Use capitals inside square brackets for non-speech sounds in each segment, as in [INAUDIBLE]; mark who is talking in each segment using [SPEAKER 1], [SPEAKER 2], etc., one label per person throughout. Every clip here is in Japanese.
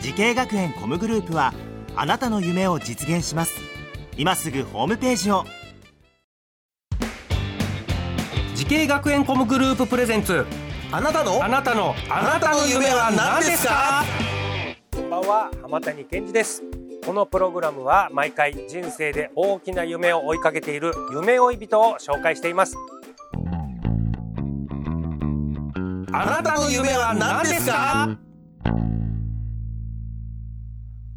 [SPEAKER 1] 時系学園コムグループはあなたの夢を実現します今すぐホームページを
[SPEAKER 2] 時系学園コムグループプレゼンツ
[SPEAKER 3] あなたの
[SPEAKER 2] あなたのあなたの夢は何ですか
[SPEAKER 4] こんばんは浜谷健二ですこのプログラムは毎回人生で大きな夢を追いかけている夢追い人を紹介しています
[SPEAKER 2] あなたの夢は何ですか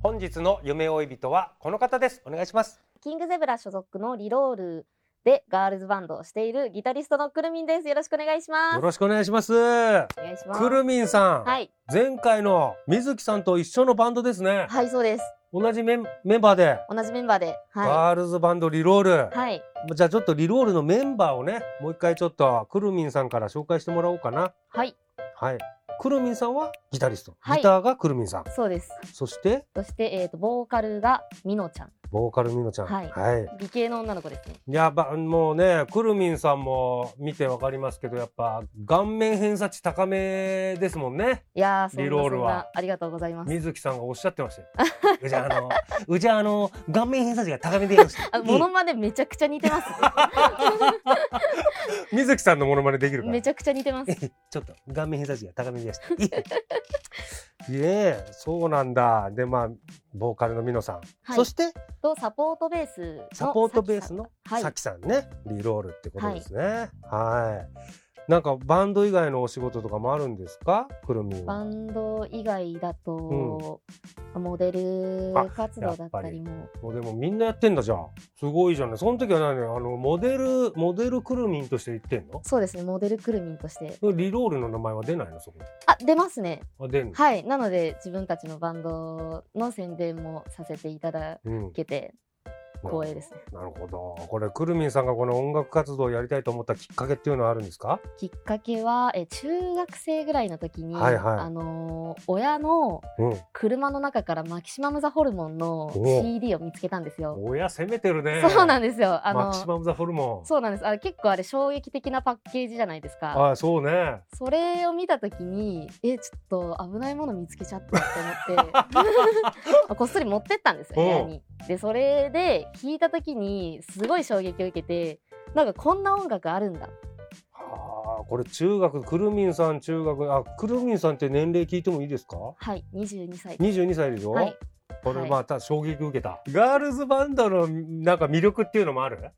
[SPEAKER 4] 本日の夢追い人はこの方ですお願いします
[SPEAKER 5] キングゼブラ所属のリロールでガールズバンドをしているギタリストのくるみんです。よろしくお願いします
[SPEAKER 4] よ。ろしくお願いしますく
[SPEAKER 5] お願いします。
[SPEAKER 4] るみんさん、
[SPEAKER 5] はい。
[SPEAKER 4] 前回の水木さんと一緒のバンドですね、
[SPEAKER 5] はい、そうです。
[SPEAKER 4] 同じメンメンバーで、
[SPEAKER 5] 同じメンバーで。は
[SPEAKER 4] ガールズバンドリロール、
[SPEAKER 5] い。はい。
[SPEAKER 4] じゃあちょっとリロールのメンバーをねもう一回ちょっとくるみんさんから紹介してもらおうかな
[SPEAKER 5] はい。
[SPEAKER 4] はいくるみんさんはギタリスト、
[SPEAKER 5] はい
[SPEAKER 4] ギターがくるみんさん
[SPEAKER 5] そうです。
[SPEAKER 4] そして
[SPEAKER 5] そして、えっ、と、ボーカルがみのちゃん。
[SPEAKER 4] ボーカルみのちゃん。
[SPEAKER 5] はい
[SPEAKER 4] はい。
[SPEAKER 5] 美形の女の子ですね。
[SPEAKER 4] やば、もうね、くるみんさんも見てわかりますけど、やっぱ顔面偏差値高めですもんね。
[SPEAKER 5] いやー、そんな
[SPEAKER 4] リロールは
[SPEAKER 5] そんなありがとうございます。
[SPEAKER 4] 水木さんがおっしゃってました
[SPEAKER 5] [LAUGHS]
[SPEAKER 4] よ。うちあの、うちあの、顔面偏差値が高めでやりました
[SPEAKER 5] あ、モノマネめちゃくちゃ似て
[SPEAKER 4] [LAUGHS]
[SPEAKER 5] ます。
[SPEAKER 4] 水木さんのモノマネできるから。
[SPEAKER 5] めちゃくちゃ似てます。
[SPEAKER 4] [LAUGHS] ちょっと顔面偏差値が高めでした。いえいえ、そうなんだ。で、まあ、ボーカルのみのさん。
[SPEAKER 5] はい
[SPEAKER 4] そして、
[SPEAKER 5] と、サポートベースの。
[SPEAKER 4] サポートベースの
[SPEAKER 5] はい
[SPEAKER 4] さきさんね、リロールってことですね。はい。なんかバンド以外のお仕事とかもあるんですか、くるみん
[SPEAKER 5] バ
[SPEAKER 4] は。
[SPEAKER 5] ンド以外だと、モデル活動だったりも。
[SPEAKER 4] もうでもみんなやってんだじゃん。すごいじゃない。その時は何あのモデルモデルくるみんとして言ってんの？
[SPEAKER 5] そうですね、モデルくるみんとして。
[SPEAKER 4] リロールの名前は出ないのそこ
[SPEAKER 5] あ、出ますね。
[SPEAKER 4] に。あ出んの。
[SPEAKER 5] はい、なので自分たちのバンドの宣伝もさせていただ
[SPEAKER 4] うん。
[SPEAKER 5] けて光栄ですね。
[SPEAKER 4] なるほど。これくるみんさんがこの音楽活動をやりたいと思ったきっかけっていうのはあるんですか？
[SPEAKER 5] きっかけはえ中学生ぐらいの時に、
[SPEAKER 4] はいはい
[SPEAKER 5] あのー親の
[SPEAKER 4] うん。
[SPEAKER 5] 車の中からマキシマム・ザ・ホルモンの
[SPEAKER 4] お
[SPEAKER 5] CD を見つけたんですよ。
[SPEAKER 4] 親攻めてるね。
[SPEAKER 5] そうな
[SPEAKER 4] ん
[SPEAKER 5] んですよ。あ
[SPEAKER 4] マ
[SPEAKER 5] の
[SPEAKER 4] キシマムザホルモン。
[SPEAKER 5] そうなんです。あれ結構あれ衝撃的なパッケージじゃないですか。
[SPEAKER 4] あそうね。
[SPEAKER 5] それを見た時にえちょっと危ないもの見つけちゃったと思って。
[SPEAKER 4] [LAUGHS]
[SPEAKER 5] こっそり持ってったんですよ
[SPEAKER 4] うん
[SPEAKER 5] 部屋に。でそれで弾いた時にすごい衝撃を受けてなんかこんな音楽あるんだ
[SPEAKER 4] はあ、これ中学くるみんさん中学あくるみんさんって年齢聞いてもいいですか？
[SPEAKER 5] はい22歳
[SPEAKER 4] 二十二歳でしょ。
[SPEAKER 5] はい
[SPEAKER 4] これ
[SPEAKER 5] はい
[SPEAKER 4] また衝撃受けた、ガールズバンドのなんか魅力っていうのもある？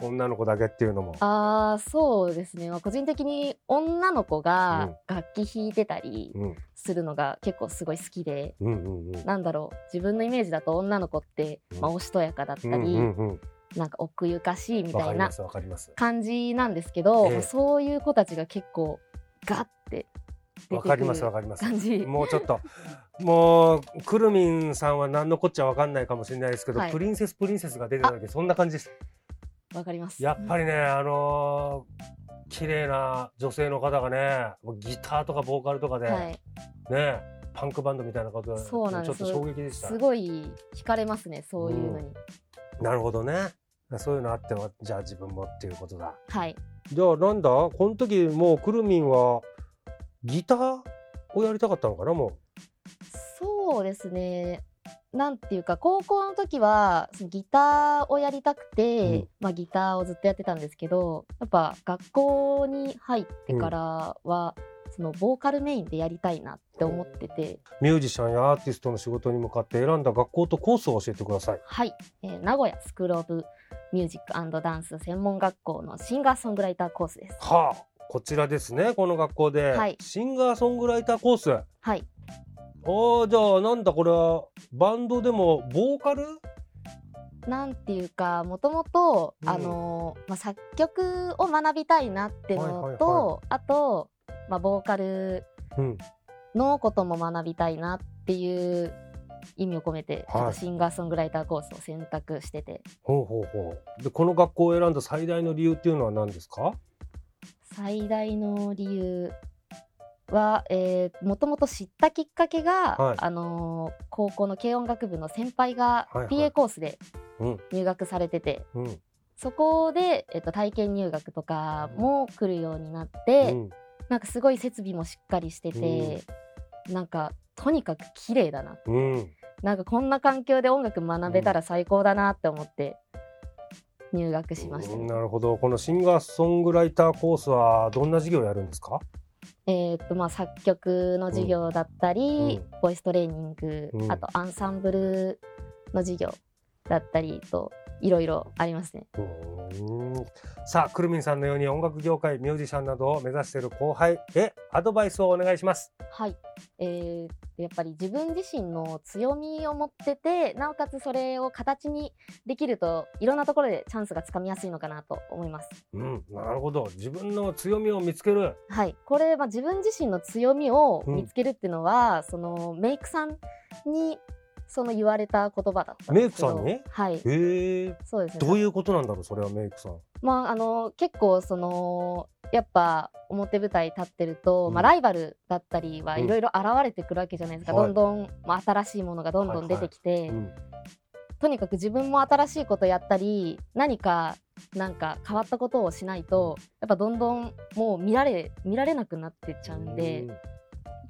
[SPEAKER 4] 女の子だけっていうのも。
[SPEAKER 5] あーそうですね、まあ、個人的に女の子が楽器弾いてたり
[SPEAKER 4] うん
[SPEAKER 5] するのが結構すごい好きで。
[SPEAKER 4] うんうんうん。
[SPEAKER 5] なんだろう自分のイメージだと女の子って、
[SPEAKER 4] うん
[SPEAKER 5] まあ、おしとやかだったり、
[SPEAKER 4] うんうんうん。
[SPEAKER 5] なんか奥ゆかしいみ
[SPEAKER 4] わ
[SPEAKER 5] た
[SPEAKER 4] か
[SPEAKER 5] い
[SPEAKER 4] り
[SPEAKER 5] な
[SPEAKER 4] ますわかります。
[SPEAKER 5] 感じなんですけど、
[SPEAKER 4] ええ
[SPEAKER 5] そういう子たちが結構ガッて出
[SPEAKER 4] わ
[SPEAKER 5] てく
[SPEAKER 4] かりますわ
[SPEAKER 5] る
[SPEAKER 4] かります。
[SPEAKER 5] 感じ
[SPEAKER 4] もうちょっともうくるみんさんは何のこっちゃわかんないかもしれないですけど、
[SPEAKER 5] はい
[SPEAKER 4] プリンセスプリンセスが出てた時そんな感じです。
[SPEAKER 5] わかります
[SPEAKER 4] やっぱりね、あのー綺麗な女性の方がね、もうギターとかボーカルとかで、
[SPEAKER 5] はい、
[SPEAKER 4] ね、パンクバンドみたいなこと
[SPEAKER 5] そうなんです
[SPEAKER 4] ちょっと衝撃でした
[SPEAKER 5] す。ごい惹かれますねそういうのに、
[SPEAKER 4] なるほどね。そういうのあっては、じゃあ自分もっていうことだ。
[SPEAKER 5] はい
[SPEAKER 4] じゃあなんだ、この時もうくるみんはギターをやりたかったのかな、も
[SPEAKER 5] そうですねなんていうか高校の時はそのギターをやりたくて、
[SPEAKER 4] うん
[SPEAKER 5] まあ、ギターをずっとやってたんですけどやっぱ学校に入ってからは、そのボーカルメインでやりたいなって思ってて、
[SPEAKER 4] う。ミュージシャンやアーティストの仕事に向かって選んだ学校とコースを教えてください。
[SPEAKER 5] はい、えー名古屋スクール・オブ・ミュージックダンス専門学校のシンガーソングライターコースです。
[SPEAKER 4] はあ、こちらですね、この学校で、
[SPEAKER 5] はい
[SPEAKER 4] シンガーソングライターコース。
[SPEAKER 5] はい、
[SPEAKER 4] ああじゃあなんだこれはバンドでもボーカル
[SPEAKER 5] なんていうかもともと
[SPEAKER 4] うん
[SPEAKER 5] あのー、まあ、作曲を学びたいなってのと、
[SPEAKER 4] はいはい
[SPEAKER 5] あと、まあ、ボーカル
[SPEAKER 4] うん
[SPEAKER 5] のことも学びたいなっていう意味を込めて、
[SPEAKER 4] はい
[SPEAKER 5] ちょっとシンガーソングライターコースを選択してて、
[SPEAKER 4] ほうほうほうでこの学校を選んだ最大の理由っていうのは何ですか
[SPEAKER 5] 最大の理由は、えー、もともと知ったきっかけが、
[SPEAKER 4] はい
[SPEAKER 5] あのー高校の軽音楽部の先輩が
[SPEAKER 4] はいはい
[SPEAKER 5] PA コースで
[SPEAKER 4] うん
[SPEAKER 5] 入学されてて、
[SPEAKER 4] うん
[SPEAKER 5] そこで、えっと、体験入学とかも来るようになって、
[SPEAKER 4] うん
[SPEAKER 5] なんかすごい設備もしっかりしてて、なんかとにかく綺麗だな
[SPEAKER 4] うん
[SPEAKER 5] なんかこんな環境で音楽学べたら最高だなって思って入学しましたね、
[SPEAKER 4] なるほどこのシンガーソングライターコースはどんな授業をやるんですか
[SPEAKER 5] えーっとまあ作曲の授業だったり、
[SPEAKER 4] う
[SPEAKER 5] ボイストレーニング、
[SPEAKER 4] うん
[SPEAKER 5] あとアンサンブルの授業だったりといろいろありますね
[SPEAKER 4] うーんさあくるみんさんのように音楽業界ミュージシャンなどを目指している後輩へアドバイスをお願いします
[SPEAKER 5] はい、えーやっぱり自分自身の強みを持っててなおかつそれを形にできるといろんなところでチャンスがつかみやすいのかなと思います。
[SPEAKER 4] うんなるほど自分の強みを見つける
[SPEAKER 5] はい、これ、まあ、自分自身の強みを
[SPEAKER 4] うん
[SPEAKER 5] 見つけるっていうのは、そのメイクさんにその言われた言葉だったんですけど
[SPEAKER 4] メイク
[SPEAKER 5] はい
[SPEAKER 4] へえ
[SPEAKER 5] そうですね
[SPEAKER 4] どういうことなんだろうそれはメイクさん
[SPEAKER 5] まああの結構そのやっぱ表舞台立ってると、
[SPEAKER 4] うん
[SPEAKER 5] まあ、ライバルだったりは
[SPEAKER 4] うん
[SPEAKER 5] いろいろ現れてくるわけじゃないですか、
[SPEAKER 4] はい
[SPEAKER 5] どんどん、まあ、新しいものがどんどん出てきて、
[SPEAKER 4] うん
[SPEAKER 5] とにかく自分も新しいことやったり何かなんか変わったことをしないとやっぱどんどんもう見られ見られなくなってっちゃうんでやっ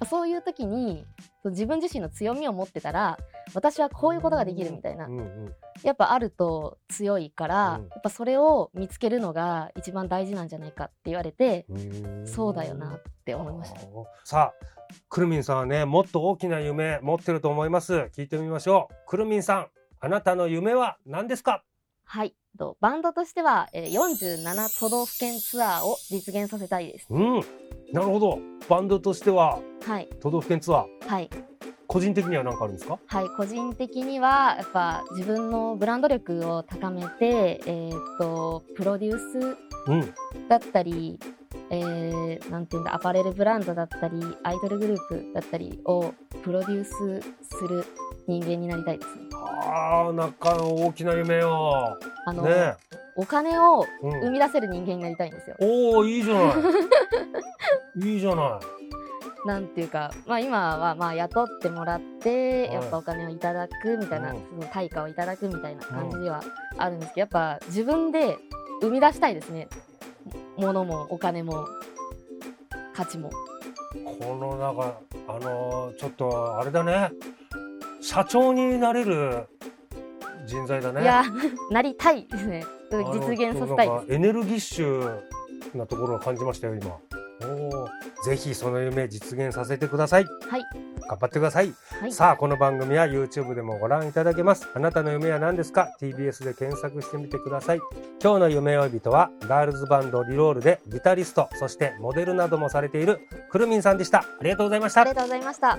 [SPEAKER 5] ぱそういう時にそう自分自身の強みを持ってたら私はこういうことができるみたいな
[SPEAKER 4] うんうん
[SPEAKER 5] やっぱあると強いから、
[SPEAKER 4] うん
[SPEAKER 5] やっぱそれを見つけるのが一番大事なんじゃないかって言われて、
[SPEAKER 4] うん
[SPEAKER 5] そうだよなって思いました。
[SPEAKER 4] さあくるみんさんはねもっと大きな夢持ってると思います聞いてみましょうくるみんさんあなたの夢は何ですか
[SPEAKER 5] はいとバンドとしてはえー47都道府県ツアーを実現させたいです。
[SPEAKER 4] うんなるほどバンドとしては
[SPEAKER 5] はい、
[SPEAKER 4] 都道府県ツアー
[SPEAKER 5] はい
[SPEAKER 4] 個人的には何かあるんですか
[SPEAKER 5] はい、個人的にはやっぱ自分のブランド力を高めて、えーっとプロデュー
[SPEAKER 4] うん
[SPEAKER 5] スだったり、えーなんていうんだアパレルブランドだったりアイドルグループだったりをプロデュースする人間になりたいですね。
[SPEAKER 4] ああなんか大きな夢よ
[SPEAKER 5] あの
[SPEAKER 4] ね
[SPEAKER 5] お金を
[SPEAKER 4] え、う
[SPEAKER 5] 生
[SPEAKER 4] ん、
[SPEAKER 5] み出せる人間になりたいんですよ。
[SPEAKER 4] おおいいじゃないいいじゃない
[SPEAKER 5] なんていうか、まあ、今はまあ雇ってもらって、
[SPEAKER 4] はい
[SPEAKER 5] やっぱお金をいただくみたいな、
[SPEAKER 4] うん
[SPEAKER 5] その対価をいただくみたいな感じではあるんですけど、やっぱ自分で生み出したいですね物もお金も価値も
[SPEAKER 4] このなんかあのーちょっとあれだね社長になれる人材だね
[SPEAKER 5] いや [LAUGHS] なりたいですね実現させたい
[SPEAKER 4] あの
[SPEAKER 5] で
[SPEAKER 4] なんかエネルギッシュなところを感じましたよ今おーぜひその夢実現させてください
[SPEAKER 5] すはい、
[SPEAKER 4] 頑張ってください、
[SPEAKER 5] はい、
[SPEAKER 4] さあこの番組は YouTube でもご覧いただけますあなたの夢は何ですか TBS で検索してみてください今日の夢追い人はガールズバンドリロールでギタリストそしてモデルなどもされているくるみんさんでしたありがとうございました
[SPEAKER 5] ありがとうございました